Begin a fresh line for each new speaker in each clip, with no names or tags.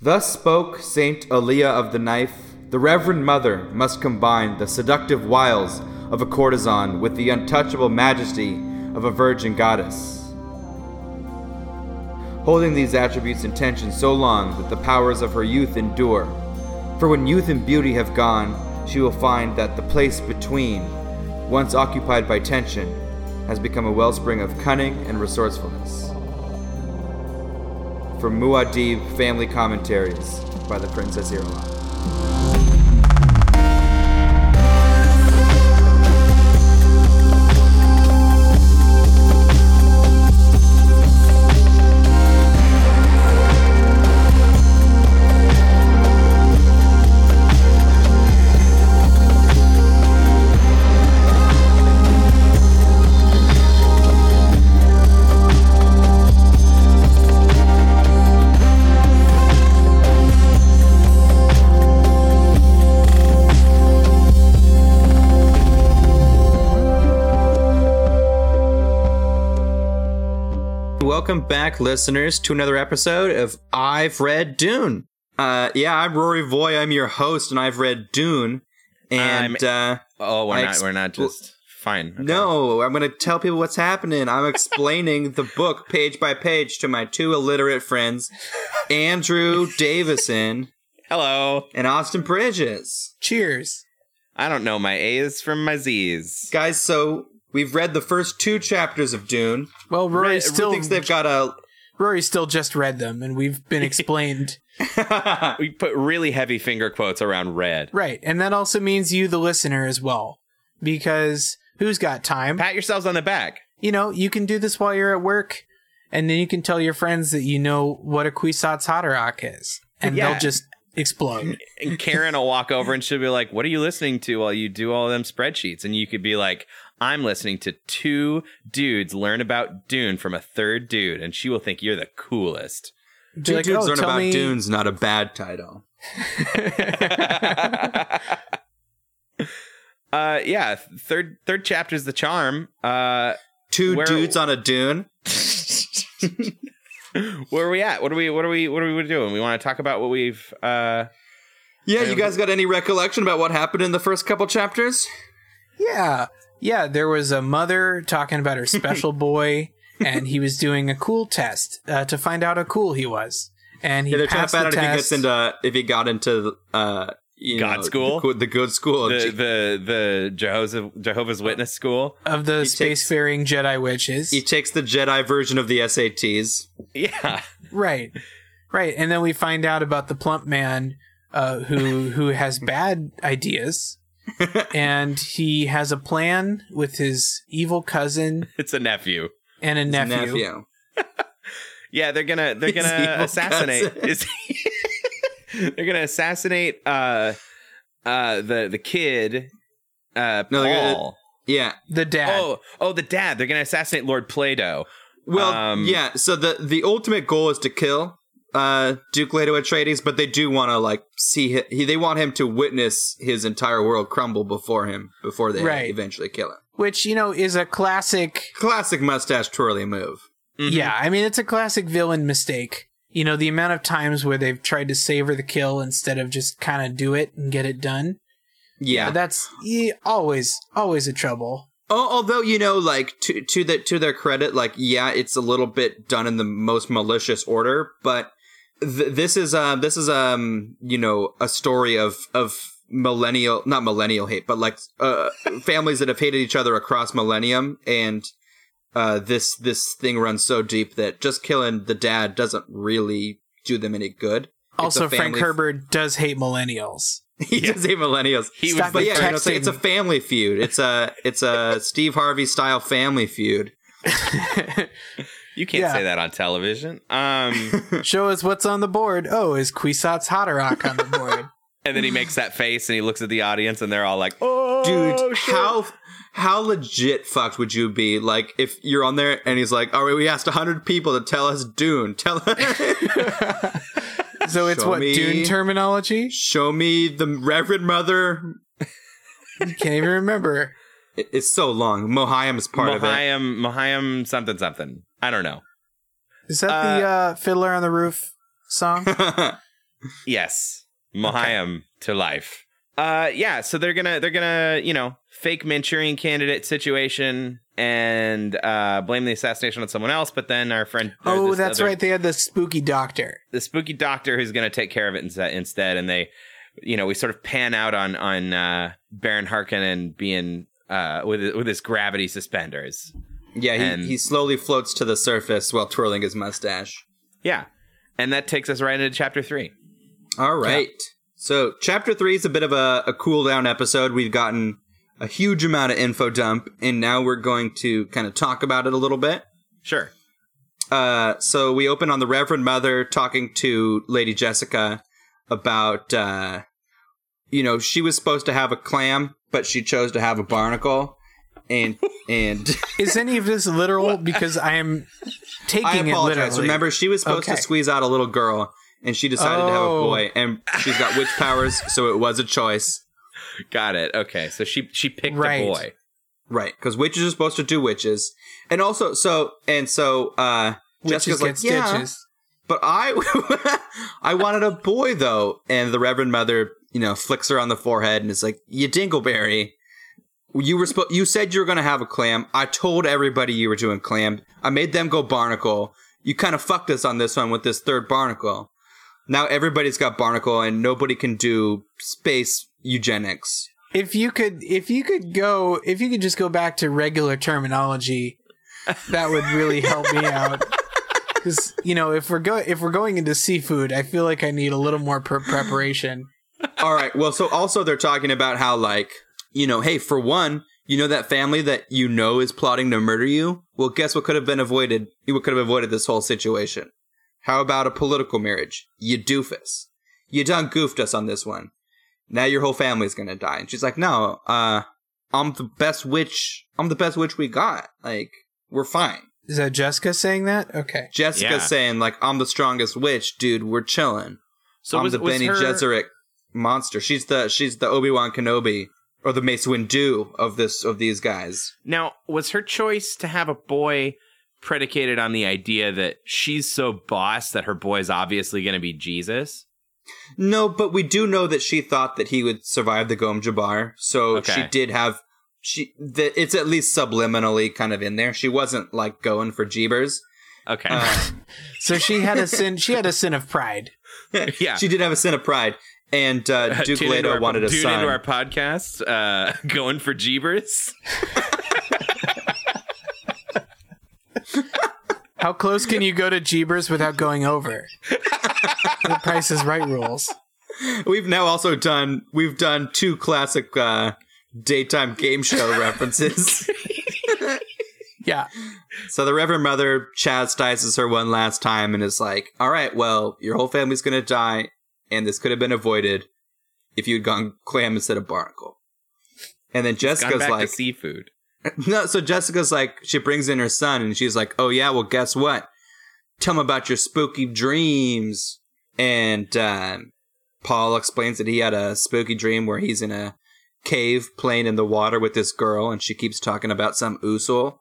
Thus spoke Saint Elia of the Knife. The Reverend Mother must combine the seductive wiles of a courtesan with the untouchable majesty of a virgin goddess. Holding these attributes in tension so long that the powers of her youth endure. For when youth and beauty have gone, she will find that the place between, once occupied by tension, has become a wellspring of cunning and resourcefulness. From Muad'Dib Family Commentaries by the Princess Irulan. Welcome back, listeners, to another episode of I've Read Dune. Uh, yeah, I'm Rory Voy. I'm your host, and I've read Dune. And uh,
Oh, we're
I
not.
ex-
we're not just fine. okay.
no, I'm going to tell people what's happening. I'm explaining the book page by page to my two illiterate friends, Andrew Davison
Hello.
and Austin Bridges.
Cheers.
I don't know my A's from my Z's.
Guys, so we've read the first two chapters of Dune.
Well, Rory
Ray
still
thinks they've got a.
Rory still just read them, and we've been explained
We put really heavy finger quotes around red.
right, and that also means you, the listener, as well, because who's got time?
Pat yourselves on the back.
You know, you can do this while you're at work, and then you can tell your friends that you know what a Kwisatz Haderach is, and
Yeah.
they'll just explode.
And Karen will walk over and she'll be like, "What are you listening to while you do all them spreadsheets?" And you could be like, "I'm listening to two dudes learn about Dune from a third dude," and she will think you're the coolest.
Be
Two
like,
dudes
"Oh,
learn
tell
about
me-
Dune's not a bad title.
Uh, yeah. Third third chapter is the charm. Uh,
Two
Where-
dudes on a Dune.
where are we at? What are we? What are we? What are we doing? We want to talk about what we've. Uh,
Yeah, you guys got any recollection about what happened in the first couple chapters?
Yeah. Yeah, there was a mother talking about her special boy, and he was doing a cool test uh, to find out how cool he was. And he
Yeah, they're trying to
passed the
find out if he
test.
gets into if he got into uh you
God
know,
school?
the, good- the good school.
the the the Jehovah's Jehovah's Witness school.
of the spacefaring Jedi witches.
he takes the Jedi version of the SATs.
Yeah,
right. Right. And then we find out about the plump man uh, who who has bad ideas. and he has a plan with his evil cousin
it's a nephew.
and a nephew.
Nephew.
Yeah, they're gonna they're
His
gonna
evil
assassinate.
cousin.
Is they're gonna assassinate uh uh the the kid uh
No, they're gonna-
Paul.
Yeah.
The dad.
Oh oh the dad. They're gonna assassinate Lord Plato.
Well,
Um,
yeah. So the the ultimate goal is to kill uh Duke Leto Atreides, but they do want to like see hi- he, they want him to witness his entire world crumble before him before they
Right.
eventually kill him.
Which, you know, is a classic
Classic mustache twirly move.
Yeah, I mean it's a classic villain mistake. You know, the amount of times where they've tried to savor the kill instead of just kind of do it and get it done.
Yeah.
That's eh, always always a trouble.
Al- Although you know, like to to the, to their credit, like yeah, it's a little bit done in the most malicious order, but th- this is um this is um you know a story of of millennial not millennial hate, but like uh families that have hated each other across millennium, and uh this this thing runs so deep that just killing the dad doesn't really do them any good. It's
also
a
Frank
family-
Herbert does hate millennials.
he does hate millennials.
He was
Stop
But
the,
yeah, you know, it's, like, it's a
texting.
family feud. It's a it's a Steve Harvey style family feud.
you can't
yeah.
say that on television. Um
Show us what's on the board. Oh, is Kwisatz Haderach on the board?
and then he makes that face and he looks at the audience and they're all like, "Oh
dude
shit."
how how legit fucked would you be like if you're on there and he's like all right we asked 100 people to tell us dune tell
so it's
Show
what
me-
Dune terminology?
show me the reverend mother
You can't even remember.
It- it's so long mohiam is part of it
Mahayam, Mahayam something something. I don't know.
uh, Is that the uh, Fiddler on the Roof song?
Yes. Mohiam to life. Uh yeah, so they're gonna they're gonna, you know, fake Manchurian candidate situation and uh blame the assassination on someone else, but then our friend or
oh,
this
that's
other-
right. They had the spooky doctor.
the spooky doctor who's gonna take care of it inse- instead and they you know, we sort of pan out on on uh Baron Harkonnen being uh with with his gravity suspenders.
Yeah, he,
And-
he slowly floats to the surface while twirling his mustache.
Yeah. And that takes us right into chapter three.
All right. So chapter three is a bit of a, a cool down episode. We've gotten a huge amount of info dump, and now we're going to kind of talk about it a little bit.
Sure.
Uh, so we open on the Reverend Mother talking to Lady Jessica about, uh, you know, she was supposed to have a clam, but she chose to have a barnacle, and and
Is any of this literal? because I am taking
I
it
apologize.
literally.
Remember, she was supposed to
Okay.
squeeze out a little girl, and she decided to have a
Oh.
boy, and she's got witch powers, so it was a choice.
Got it. Okay. So she she picked
Right.
a boy.
Right, because witches are supposed to do witches, and also so and so. uh
witches
Jessica's
get
like, yeah,
stitches.
but I, I wanted a boy though, and the Reverend Mother, you know, flicks her on the forehead and is like, "You dingleberry, you were supposed. You said you were going to have a clam. I told everybody you were doing clam. I made them go barnacle. You kind of fucked us on this one with this third barnacle. Now everybody's got barnacle, and nobody can do space eugenics."
If you could, if you could go, if you could just go back to regular terminology, that would really help me out. Because you know, if we're go, if we're going into seafood, I feel like I need a little more pre- preparation.
All right. Well, so also they're talking about how like, you know, hey, for one, you know that family that you know is plotting to murder you? Well, guess what could have been avoided? You could have avoided this whole situation. How about a political marriage? You doofus. You done goofed us on this one. Now your whole family's gonna die. And she's like, No, uh, I'm the best witch I'm the best witch we got. Like, we're fine.
Is that Jessica saying that? Okay.
Jessica's
Yeah.
saying, like, I'm the strongest witch, dude, we're chillin'.
So
I'm
was,
the
was
Benny
her,
Gesserit monster. She's the she's the Obi Wan Kenobi or the Mace Windu of this of these guys.
Now, was her choice to have a boy predicated on the idea that she's so boss that her boy's obviously going to be Jesus?
No, but we do know that she thought that he would survive the Gom Jabbar, so
Okay.
she did have she. The, it's at least subliminally kind of in there. She wasn't like going for jeebers.
Okay.
Um,
So she had a sin. She had a sin of pride.
yeah.
she did have a sin of pride, and uh, Duke
Tune into
Leto
our-
wanted a
tune
son.
into our podcast, uh, going for Jeebers.
How close can you go to Jeebers without going over? the Price is Right rules.
We've now also done we've done two classic uh, daytime game show references.
Yeah.
So the Reverend Mother chastises her one last time and is like, "All right, well, your whole family's gonna die, and this could have been avoided if you'd gone clam instead of barnacle." And then
Gone
Jessica's
back
like,
to seafood.
"No." So Jessica's like, she brings in her son, and she's like, "Oh yeah, well, guess what? Tell him about your spooky dreams." And um, Paul explains that he had a spooky dream where he's in a cave playing in the water with this girl, and she keeps talking about some usul.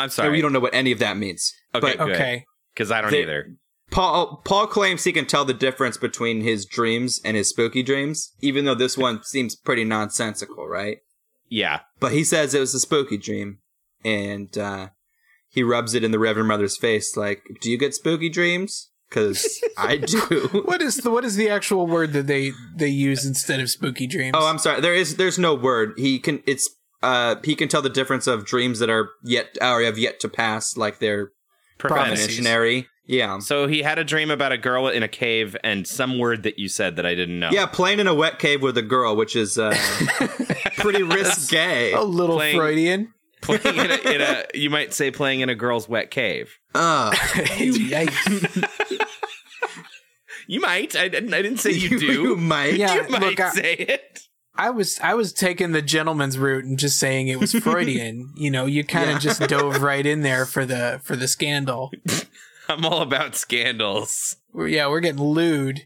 I'm
So we
sorry.
don't know what any of that means.
Okay,
but-
good.
Okay.
Because I don't
They-
either.
Paul Paul claims he can tell the difference between his dreams and his spooky dreams, even though this one seems pretty nonsensical, right?
Yeah.
But he says it was a spooky dream, and uh, he rubs it in the Reverend Mother's face, like, "Do you get spooky dreams? Because I do."
What is the what is the actual word that they they use instead of spooky dreams?
oh, I'm sorry. There is there's no word. He can it's uh he can tell the difference of dreams that are yet or have yet to pass, like they're
Prophecies.
imaginary. Yeah.
So he had a dream about a girl in a cave and some word that you said that I didn't know.
Yeah, playing in a wet cave with a girl, which is uh, pretty risque.
a little
Playing-
Freudian.
Playing in a, in a, you might say playing in a girl's wet cave.
Uh,
Yikes.
You might. I didn't. I didn't say you do.
might.
Yeah.
You might
look, I-
say it.
I was I was taking the gentleman's route and just saying it was Freudian. you know, you kind of
Yeah.
just dove right in there for the for the scandal.
I'm all about scandals.
We're, yeah, we're getting lewd.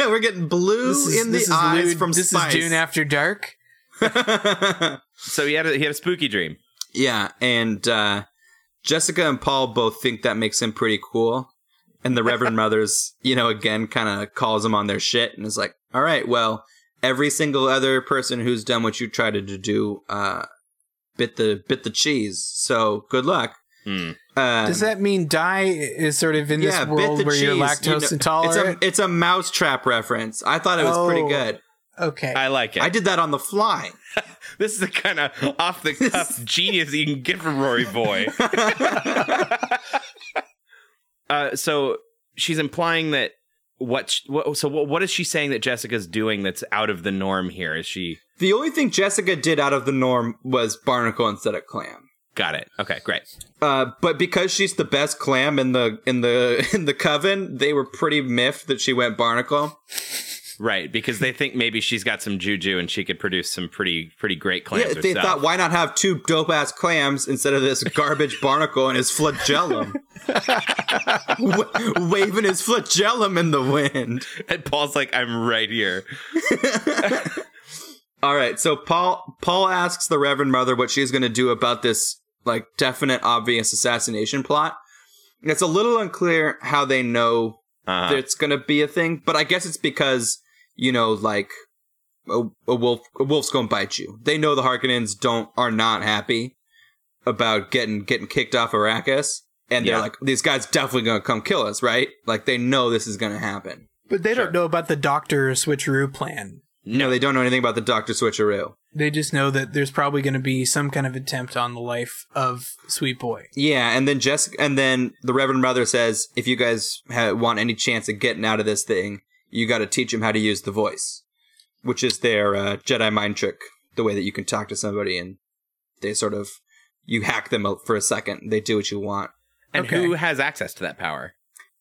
We're getting blue
This is,
in
this
the
is
eyes
lewd.
from
this
spice.
is Dune After Dark.
So he had a, he had a spooky dream.
yeah, and uh, Jessica and Paul both think that makes him pretty cool. And the Reverend Mothers, you know, again, kind of calls them on their shit and is like, all right, well, every single other person who's done what you tried to do, uh, bit the bit the cheese. So good luck.
Hmm.
Um,
Does that mean die is sort of in this world where you're lactose
you know,
intolerant?
It's a, it's a mousetrap reference. I thought it was pretty
Oh.
good.
okay.
I like it.
I did that on the fly.
this is the kind of off the cuff genius you can get from Rory Boy. uh, so she's implying that what, sh- what so what, what is she saying that Jessica's doing that's out of the norm here? Is she
The only thing Jessica did out of the norm was barnacle instead of clam.
got it? Okay, great.
Uh, but because she's the best clam in the in the in the coven, they were pretty miffed that she went barnacle.
Right, because they think maybe she's got some juju and she could produce some pretty pretty great clams
Yeah, they
herself.
thought, why not have two dope ass clams instead of this garbage barnacle and his flagellum, Wa waving his flagellum in the wind.
and Paul's like, "I'm right here."
All right, so Paul Paul asks the Reverend Mother what she's going to do about this like definite obvious assassination plot. It's a little unclear how they know
Uh,
that it's going to be a thing, but I guess it's because you know like a, a wolf a wolf's going to bite you. They know the Harkonnens don't are not happy about getting getting kicked off Arrakis, and they're
Yeah.
like these guys definitely going to come kill us, right? Like they know this is going to happen.
but they
Sure.
don't know about the doctor switcheroo plan.
No, they don't know anything about the Doctor Switcheroo.
They just know that there's probably going to be some kind of attempt on the life of Sweet Boy.
Yeah, and then Jessica, and then the Reverend Mother says, if you guys ha- want any chance of getting out of this thing, you got to teach him how to use the voice, which is their uh, Jedi mind trick, the way that you can talk to somebody and they sort of you hack them out for a second. They do what you want.
and
okay.
who has access to that power?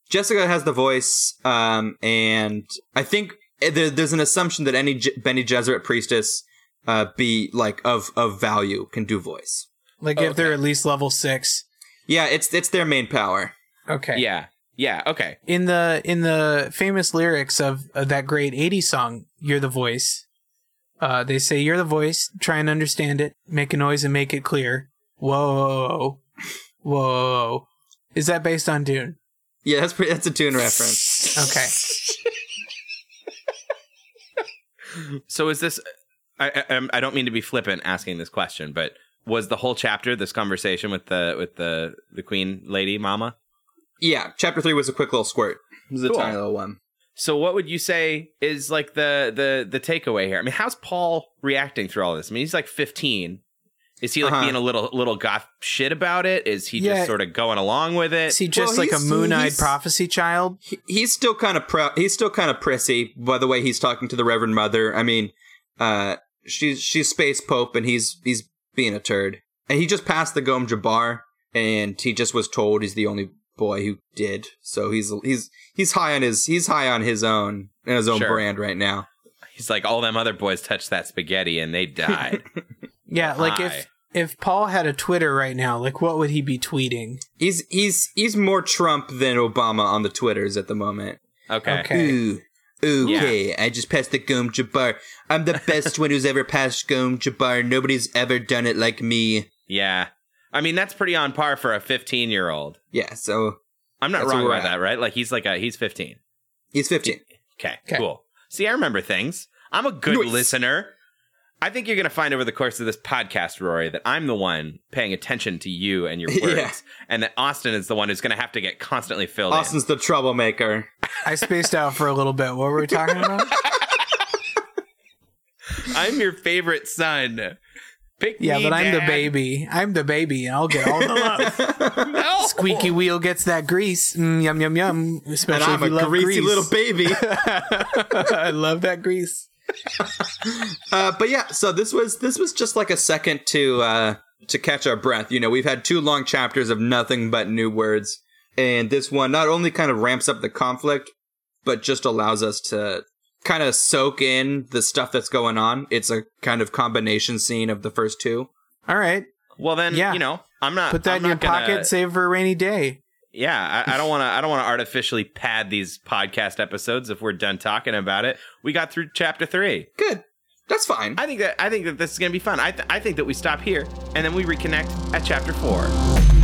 Jessica has the voice, um, and I think eh, there, there's an assumption that any J- Benny Gesserit priestess uh, be like of of value can do voice.
Like if they're at least level six.
Yeah, it's it's their main power.
Okay.
Yeah, yeah, okay.
in the in the famous lyrics of, of that great 80s song you're the voice uh, they say you're the voice try and understand it make a noise and make it clear whoa whoa is that based on dune
Yeah, that's pretty, that's a tune reference.
okay
So is this? I, I I'm- I don't mean to be flippant asking this question, but was the whole chapter this conversation with the with the the queen lady mama?
Yeah, chapter three was a quick little squirt. It was a
Cool.
tiny little one.
So what would you say is like the the the takeaway here? I mean, how's Paul reacting through all this? I mean, he's like 15. Is he like
Uh-huh.
being a little little goth shit about it? Is he
Yeah.
just sort of going along with it?
is he
Well,
just like a
he's-
moon-eyed
he's-
prophecy child
He- He's still kind of prou- he's still kind of prissy by the way he's talking to the Reverend Mother. I mean, uh, she's she's space pope and he's he's being a turd. And he just passed the Gom Jabbar, and he just was told he's the only boy who did. So he's he's he's high on his he's high on his own and his own
Sure.
brand right now.
he's like all them other boys touched that spaghetti and they died.
yeah like
Hi.
if if paul had a twitter right now like what would he be tweeting
He's he's he's more Trump than Obama on the twitters at the moment.
okay.
Okay.
Ooh. Okay, I just passed the Gom Jabbar. I'm the best one who's ever passed Gom Jabbar. Nobody's ever done it like me.
Yeah. I mean, that's pretty on par for a 15 year old.
Yeah, so
I'm not
That's
wrong
where we're
about
at.
that, right? Like he's like a he's 15.
he's 15.
Okay,
'Kay.
cool. See, I remember things. I'm a good
Nice.
listener. I think you're going to find over the course of this podcast, Rory, that I'm the one paying attention to you and your words,
Yeah.
and that Austin is the one who's going to have to get constantly filled
Austin's the troublemaker.
i spaced out for a little bit what were we talking about
in. I'm your favorite son. Pick
yeah
me,
but i'm the
Dad.
baby i'm the baby and i'll get all the love
No.
Squeaky wheel gets that grease. Mm, yum yum yum.
And
Especially
I'm
if you
a
love
greasy
grease.
little baby.
I love that grease.
uh, but yeah, so this was this was just like a second to uh, to catch our breath. You know, we've had two long chapters of nothing but new words, and this one not only kind of ramps up the conflict, but just allows us to kind of soak in the stuff that's going on. It's a kind of combination scene of the first two.
All right,
Well, then
Yeah.
you know I'm not.
put that
I'm
in your
not gonna-
pocket. Save for a rainy day.
Yeah, I, I don't want to. I don't want to artificially pad these podcast episodes if we're done talking about it. We got through chapter three.
Good, that's fine.
I think that I think that this is gonna be fun. I, th- I think that we stop here and then we reconnect at chapter four.